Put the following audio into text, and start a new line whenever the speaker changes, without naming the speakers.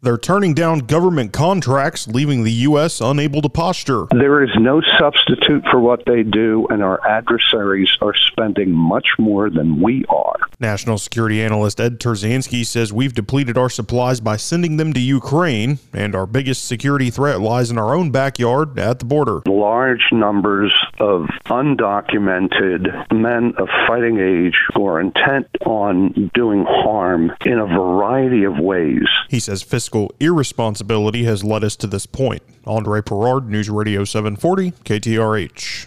They're turning down government contracts, leaving the U.S. unable to posture.
There is no substitute for what they do, and our adversaries are spending much more than we are.
National security analyst Ed Terzanski says we've depleted our supplies by sending them to Ukraine, and our biggest security threat lies in our own backyard at the border.
Large numbers of undocumented men of fighting age who are intent on doing harm in a variety of ways.
He says fiscal irresponsibility has led us to this point. Andre Perard, News Radio 740, KTRH.